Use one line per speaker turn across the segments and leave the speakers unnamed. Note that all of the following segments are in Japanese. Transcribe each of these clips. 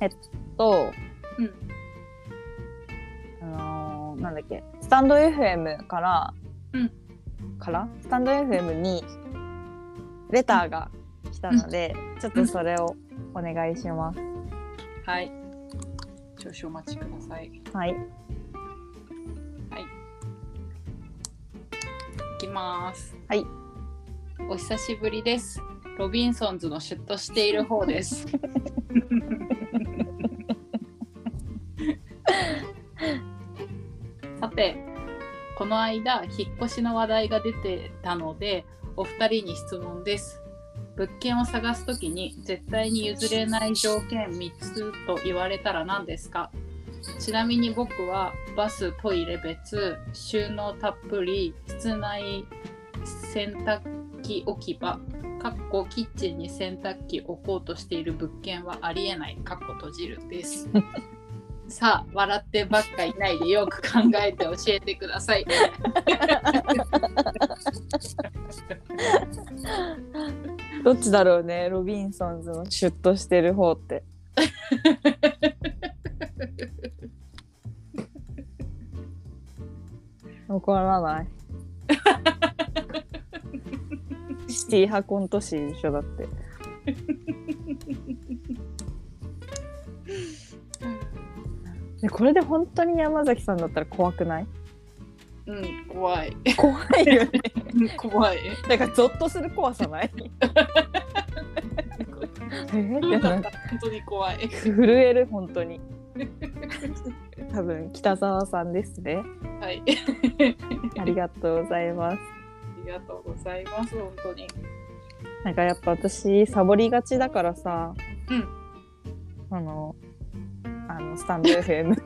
えっと、
うん
あのーなんだっけスタンド FM から、
うん
からスタンド FM にレターが来たので、ちょっとそれをお願いします。
はい。少々お待ちください。い
はい、
きます。
はい。
お久しぶりです。ロビンソンズのシュッとしている方 です。さて、この間、引っ越しの話題が出てたので、お二人に質問です。物件を探すときに絶対に譲れない条件3つと言われたら何ですかちなみに僕はバストイレ別収納たっぷり室内洗濯機置き場かっこキッチンに洗濯機置こうとしている物件はありえないかっこ閉じるです さあ笑ってばっかいないでよく考えて教えてください
どっちだろうねロビンソンズのシュッとしてる方 って。わからない。シティ派コント師一緒だ って。でこれで本当に山崎さんだったら怖くない
うん怖い
怖いよね。
怖い
なんかゾッとする怖さない えーってなんか
本当に怖い
震える本当に。多分北沢さんですね。
はい
ありがとうございます。
ありがとうございます、本当に。
なんかやっぱ私サボりがちだからさ、
うん
あのあのスタンド FM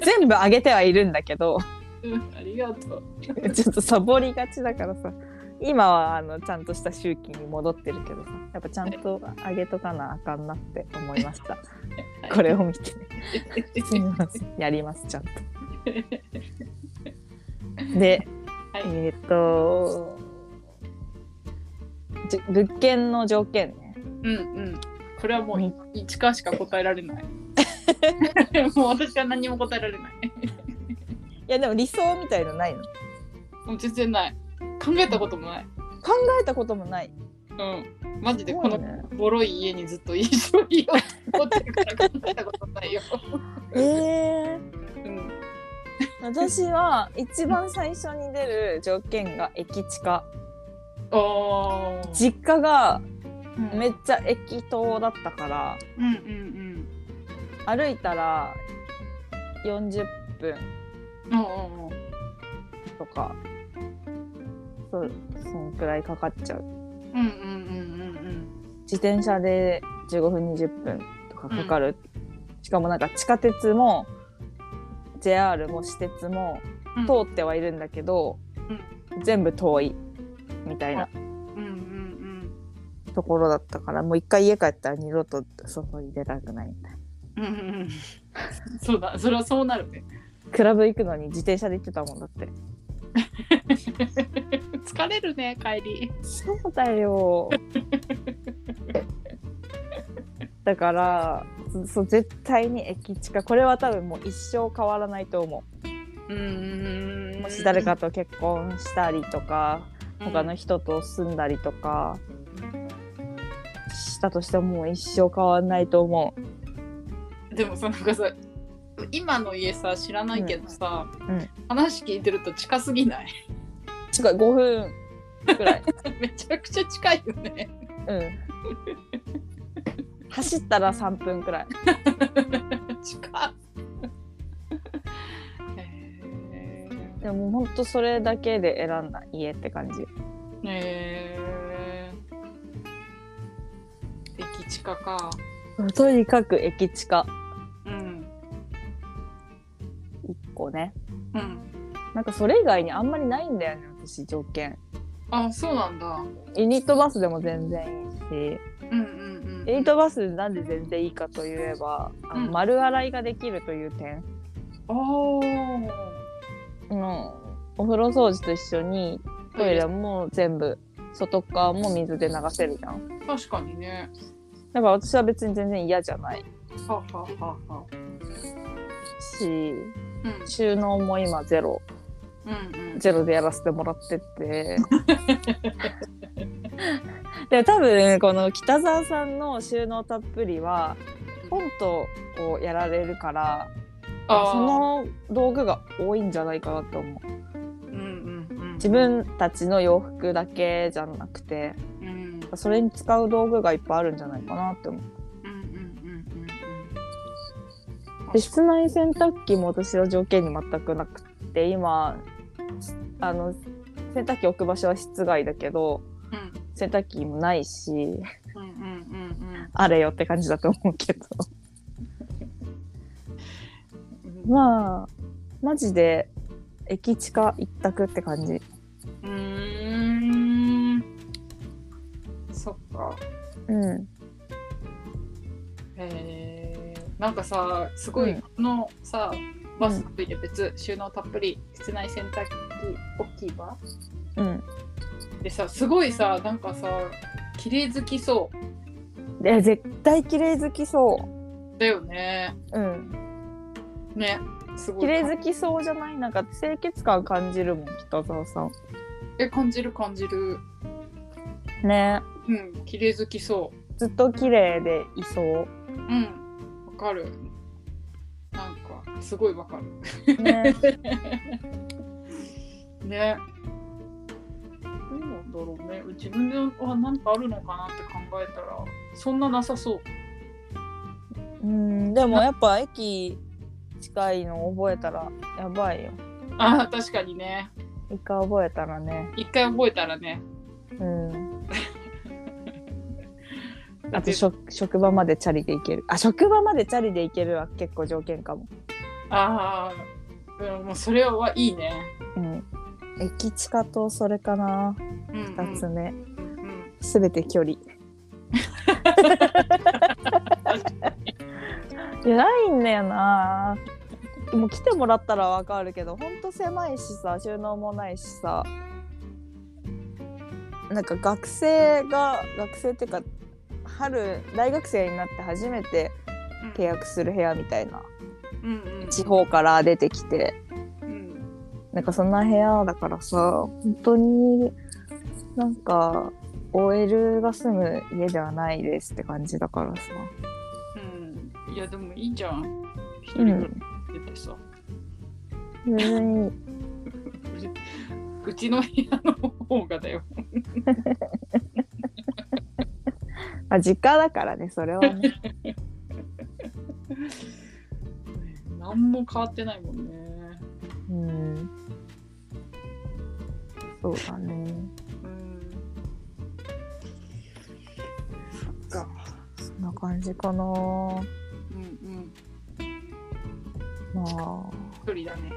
全部上げてはいるんだけど
うん、ありがと う。
ちょっとサボりがちだからさ今はあのちゃんとした周期に戻ってるけどさやっぱちゃんと上げとかなあかんなって思いましたこれを見てすみません やりますちゃんと。で、
はい
えっ、とじゅ物件の条件ね。
うんうん。これはもう一かしか答えられ ない。もう私は何も答えられない。
いやでも理想みたいのないの
もう全然ない。考えたこともない。
考えたこともない。
うん。マジでこ
そ
の
うね
ボロい家にずっと一緒にいようと思ってるから考えたことないよ。
ええ
うん。
私は一番最初に出る条件が駅近。
おー。
実家が
うん
めっちゃ駅遠だったから
うんうん
歩いたら40分
うん。おー
とかそうそんくらいかかっちゃう。
うんうんうんうん
自転車で15分20分とかかかる、しかもなんか地下鉄も JR も私鉄も
うん。
通ってはいるんだけど、全部遠いみたいな
うんうん
ところだったからもう一回家帰ったら二度と外に出たくないみたいな
うん。うんうんうん。そうだ、それはそうなるね。
クラブ行くのに自転車で行ってたもんだって
疲れるね帰り
そう だよだからそそう絶対に駅近これは多分もう一生変わらないと思
うん
うもし誰かと結婚したりとか他の
人
人と住んだりとかしたとしてももう一生変わんないと思う
でもさなんかさ今の家さ知らないけどさ、
うんうん
話聞いてると近すぎない
近い5分くらい
めちゃくちゃ近いよね
うん走ったら3分くらい
近っへ
でももうほんとそれだけで選んだ家って感じ
ーへー駅近か
とにかく駅近
うん
1個ね
うん
なんかそれ以外にあんまりないんだよね私条件
あそうなんだ
ユニットバスでも全然いいし
うんうんうん
ユニットバスなんで全然いいかといえばあの
うん
丸洗いができるという点
おー
のお風呂掃除と一緒にトイレも全部外側も水で流せるじゃん
確かにね
だから私は別に全然嫌じゃない
はあはあはあはあ
し
うん
収納も今ゼロ
うんうん
ゼロでやらせてもらっ ててでも多分この北沢さんの収納たっぷりはコントをやられるから
あー
その道具が多いんじゃないかなと思う
うんうんうん
自分たちの洋服だけじゃなくて
うんうん
それに使う道具がいっぱいあるんじゃないかなって思う
うんうんうんうん
で室内洗濯機も私は条件に全くなくって今あの洗濯機置く場所は室外だけど
うん
洗濯機もないし
うんうんうん
あれよって感じだと思うけど
うん
まあマジで駅地下一択って感じ
うーんそっか
うん
えー、なんかさすごい、
うん
このさバスといて別収納たっぷり室内洗濯機置き場
うん
でさすごいさなんかさ綺麗好きそ
で絶対綺麗好きそう
だよね
ううん
ねすごい
綺麗好きそうじゃないなんか清潔感感じるもん北澤さん
え感じる感じる
ね
うん綺麗好きそ
ずっと綺麗でいそう
うんわかるなんかすごいわかる
うね
ね。どうなんだろうね。自分では何かあるのかなって考えたら、そんななさそう。
うんでもやっぱ駅近いの覚えたらやばいよ
ああ、確かにね。
一回覚えたらね
一回覚えたらね。
うんあと職職場までチャリで行けるあ職場までチャリで行けるは結構条件かも
ああ、うんもうそれはいいね。
うん駅近とそれかな
うん、うん。
2つ目
うん
すべて距離 いやないんだよなもう来てもらったらわかるけどほんと狭いしさ収納もないしさなんか学生が学生っていうか春大学生になって初めて契約する部屋みたいな
うんうん
地方から出てきて
うん
なんかそんな部屋だからさ本当になんか OL が住む家ではないですって感じだからさ、
うんいやでもいいじゃん一人暮らししててさ、
全然いいう
ちの部屋の方がだよ
まあ実家だからねそれは ね
何も変わってないもんね
うんそうだね
うんそっか
そんな感じかな
うんうん
まあ
一人だね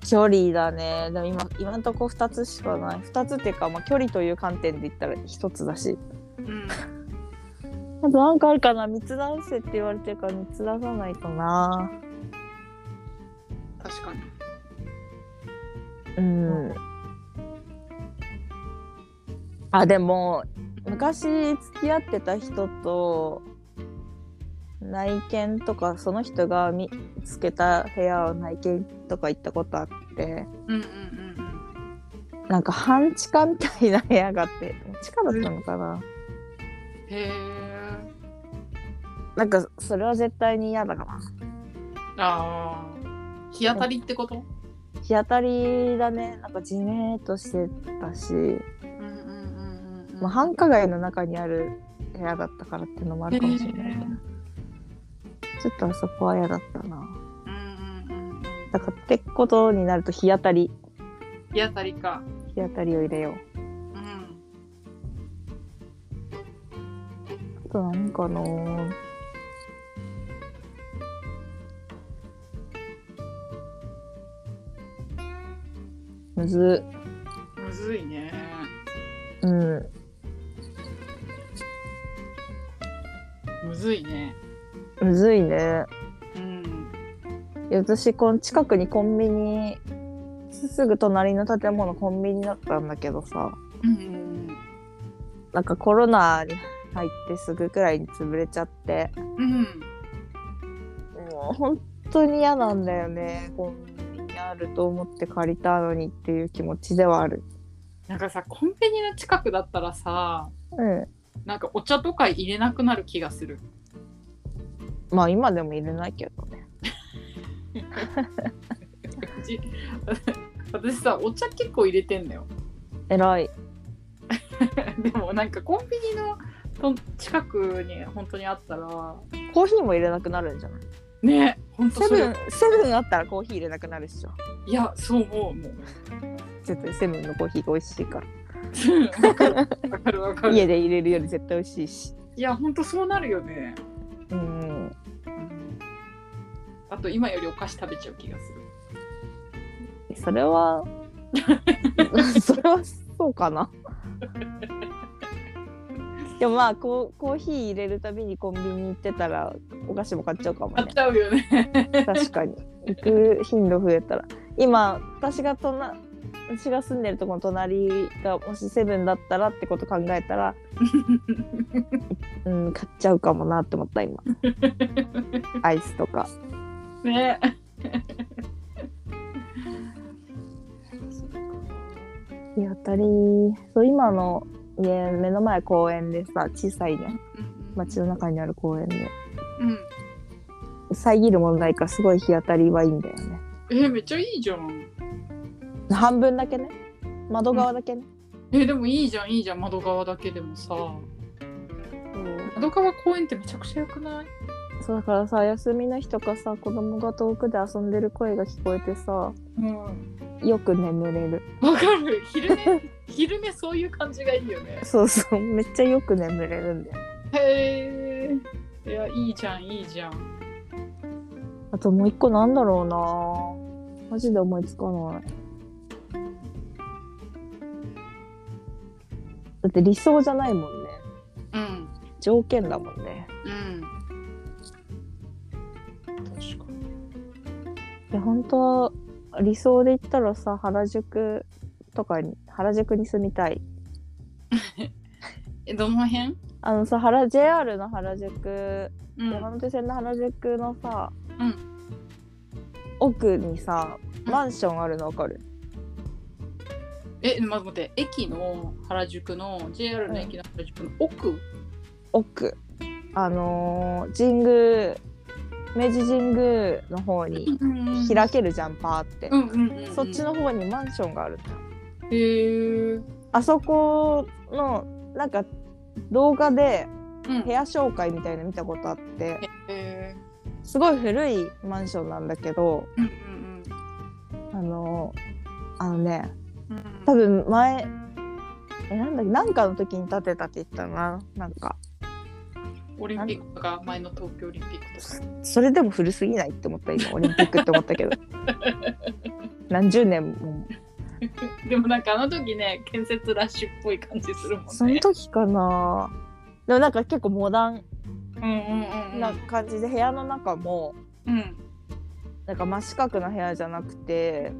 距離だねでも今今んとこ2つしかない2つっていうか、まあ、距離という観点で言ったら1つだし
うん
あとなんかあるかな密談せって言われてるから密談さないとな
確かに
うんあでも昔付き合ってた人と内見とかその人が見つけた部屋を内見とか行ったことあって
うんうんうん
なんか半地下みたいな部屋があって地下だったのかな、
うんへえ
なんかそれは絶対に嫌だかな
ああ日当たりってこと
日当たりだねなんかじめーっとしてたし、
うんうんうんうん
まあ、繁華街の中にある部屋だったからっていうのもあるかもしれないけど、ちょっとあそこは嫌だったな
うんうんうん
だからってことになると日当たり
日当たりか
日当たりを入れよう
うん
あと何かなむずっ
むずいね
うん
むずいね
むずいね
うん
いや私この近くにコンビニすぐ隣の建物コンビニだったんだけどさ
うんうん
なんかコロナに入ってすぐくらいに潰れちゃって
うん
もう本当に嫌なんだよねコンビニあると思って借りたのにっていう気持ちではある
なんかさコンビニの近くだったらさ
うん
なんかお茶とか入れなくなる気がする
まあ今でも入れないけどね
うち私さお茶結構入れてんのよ
偉い
でもなんかコンビニのと近くに本当にあったら
コーヒーも入れなくなるんじゃない
ね本当
セ
そ
ブン
れ
セブンあったらコーヒー入れなくなるっしょ
いやそう思うもう
絶対セブンのコーヒーが美味しいから
わかるわかるわかる。
家で入れるより絶対美味しいし
いや、ほんとそうなるよね。
うん
あと、今よりお菓子食べちゃう気がする。
それは それはそうかなでもまあこうコーヒー入れるたびにコンビニ行ってたらお菓子も買っちゃうかも
買っ
ね
ちゃうよ ね。
確かに行く頻度増えたら今私がとな私が住んでるとこの隣がもしセブンだったらってこと考えたらうん買っちゃうかもなって思った今アイスとか
ね。
日当たりそう今の家目の前公園でさ小さいね街の中にある公園で
うん。
遮る問題からすごい日当たりはいいんだよね
えーめっちゃいいじゃん。
半分だけね窓側だけね、
えーでもいいじゃん、いいじゃん、窓側だけでもさ。窓側公園ってめちゃくちゃ良くない
そうだからさ休みの日とかさ子供が遠くで遊んでる声が聞こえてさ
うん。わ
よく眠れる
かる。昼 寝、昼寝そういう感じがいいよね。
そうそうめっちゃよく眠れるんだよ
へえ。いや、いいじゃん、いいじゃん。
あともう一個なんだろうなマジで思いつかないだって理想じゃないもんね
うん。
条件だもんね
うん。確かに。
いや本当は理想で言ったらさ原宿とかに原宿に住みたい
え、どの辺
あのさ原 JR の原宿、
うん。
山手線の原宿のさ、
うん
奥にさ
うん
マンションあるのわかる、
え、まず待って、駅の原宿の、JR の駅の原宿の奥、
奥あのー神宮明治神宮の方に
うん
開けるじゃん、パーって、
うんうんうんうん。
そっちの方にマンションがあるの
へ
よ
ー
あそこのなんか動画で
うん。
部屋紹介みたいなの見たことあって
へー
すごい古いマンションなんだけど
うんうん
あのあのね
うん
多分前えなんだっけなんかの時に建てたって言ったななんか
うんオリンピックとか前の東京オリンピックとか。
それでも古すぎないって思った今オリンピックって思ったけど何十年も
でもなんかあの時ね、建設ラッシュっぽい感じするもんね。
その時かなでもなんか結構モダン
うんうんうんうん。
な感じで部屋の中も
うん。
なんか真四角な部屋じゃなくて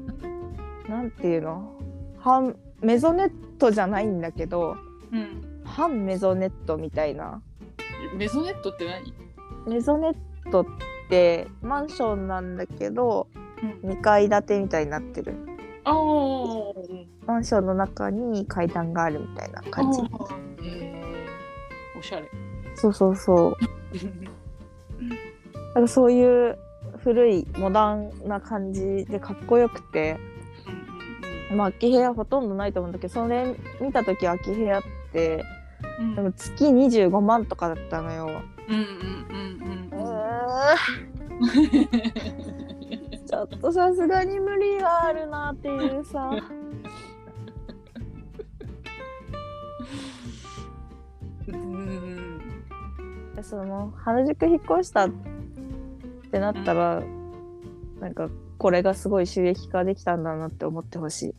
なんていうの半メゾネットじゃないんだけど
うん。
半メゾネットみたいな
メゾネットって何
メゾネットってマンションなんだけど
うん。
2階建てみたいになってる
あー
マンションの中に階段があるみたいな
あ
感
ー。
じ
へえ。おしゃれ。
そうそうそうなんかそういう古いモダンな感じでかっこよくて
うんうん
まあ空き部屋ほとんどないと思うんだけどそれ見た時空き部屋って
うん
でも月25万とかだったのよ
うんうんうんうんうん
ちょっとさすがに無理があるなっていうさ
うん
その原宿引っ越したってなったら、なんかこれがすごい収益化できたんだなって思ってほ しい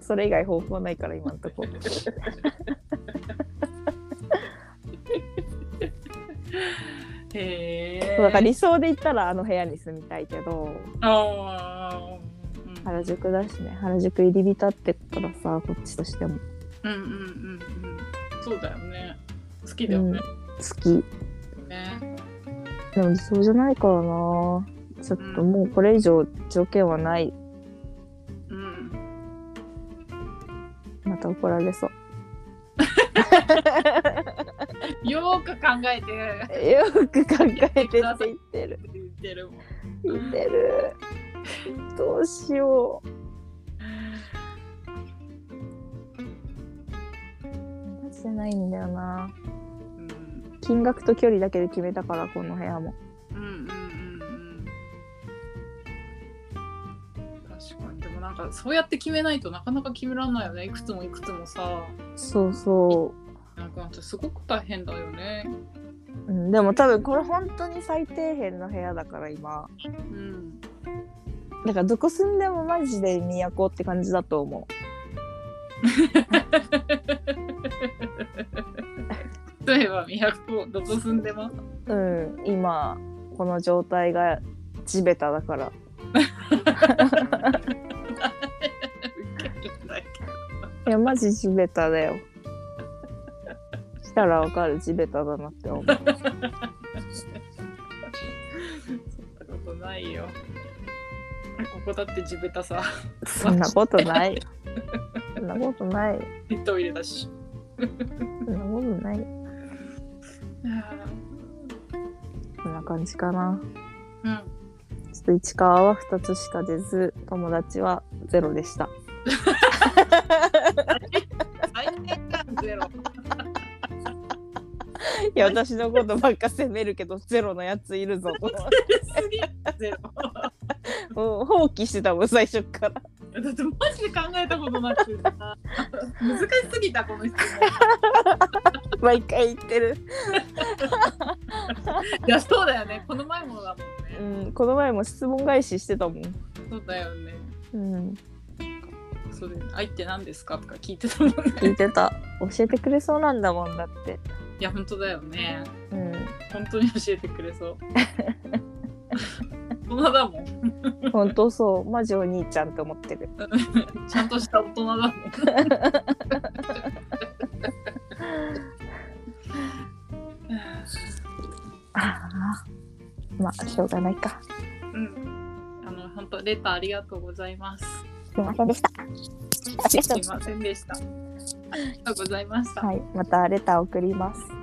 それ以外方法ないから今のとこ
へえ
だから理想で言ったらあの部屋に住みたいけど
あーうん
原宿だしね原宿入り浸ってっからさこっちとしても
うんうんうんうんそうだよね好きだよね、
好き
ね
でもそうじゃないからなちょっともうこれ以上条件はない
うん
また怒られそう
よーく考えて
よく考えてって言ってる
言ってるもん
言ってるどうしようマジでないんだよな
うん
金額と距離だけで決めたからこの部屋も
うんうんうんうん確かにでもなんかそうやって決めないとなかなか決めらんないよねいくつもいくつもさ
そうそ
なんかすごく大変だよね
う、うん、でも多分これ本当に最底辺の部屋だから今
うん
だからどこ住んでもマジで都って感じだと思
例えば都どこ住んでも
ううん今この状態が地べただからいやマジ地べただよしたらわかる地べただなって 思う
そんなことないよここだって地べたさ
そんなことないよそんなことないよ
トイレだし
そんなことないよこんな感じかな
うん
ちょっと市川は2つしか出ず友達はゼロでした
最低感ゼロ
いや私のことばっか責めるけどゼロのやついる ぞ
すげえゼロ
もう放棄してたもん最初から
だってマジで考えたことなくてさ難しすぎたこの質
毎回言ってる、
問いやそうだよねこの前もだもん
う
ね、
ん、この前も質問返ししてたもん、
そうだよね
うん、
それ愛って何ですかとか聞いてたもんね
聞いてた教えてくれそうなんだもんだって、
いや本当だよね
う
本当に教えてくれそう大人だもん
ん、 本当そうマジお兄ちゃんと思ってる
ちゃんとした大人だもん
ああまあしょうがないか
うんあの本当レターありがとうございます
すいませんでしたありが
す
とう
いませんでしたありがとうございました
はいまたレター送ります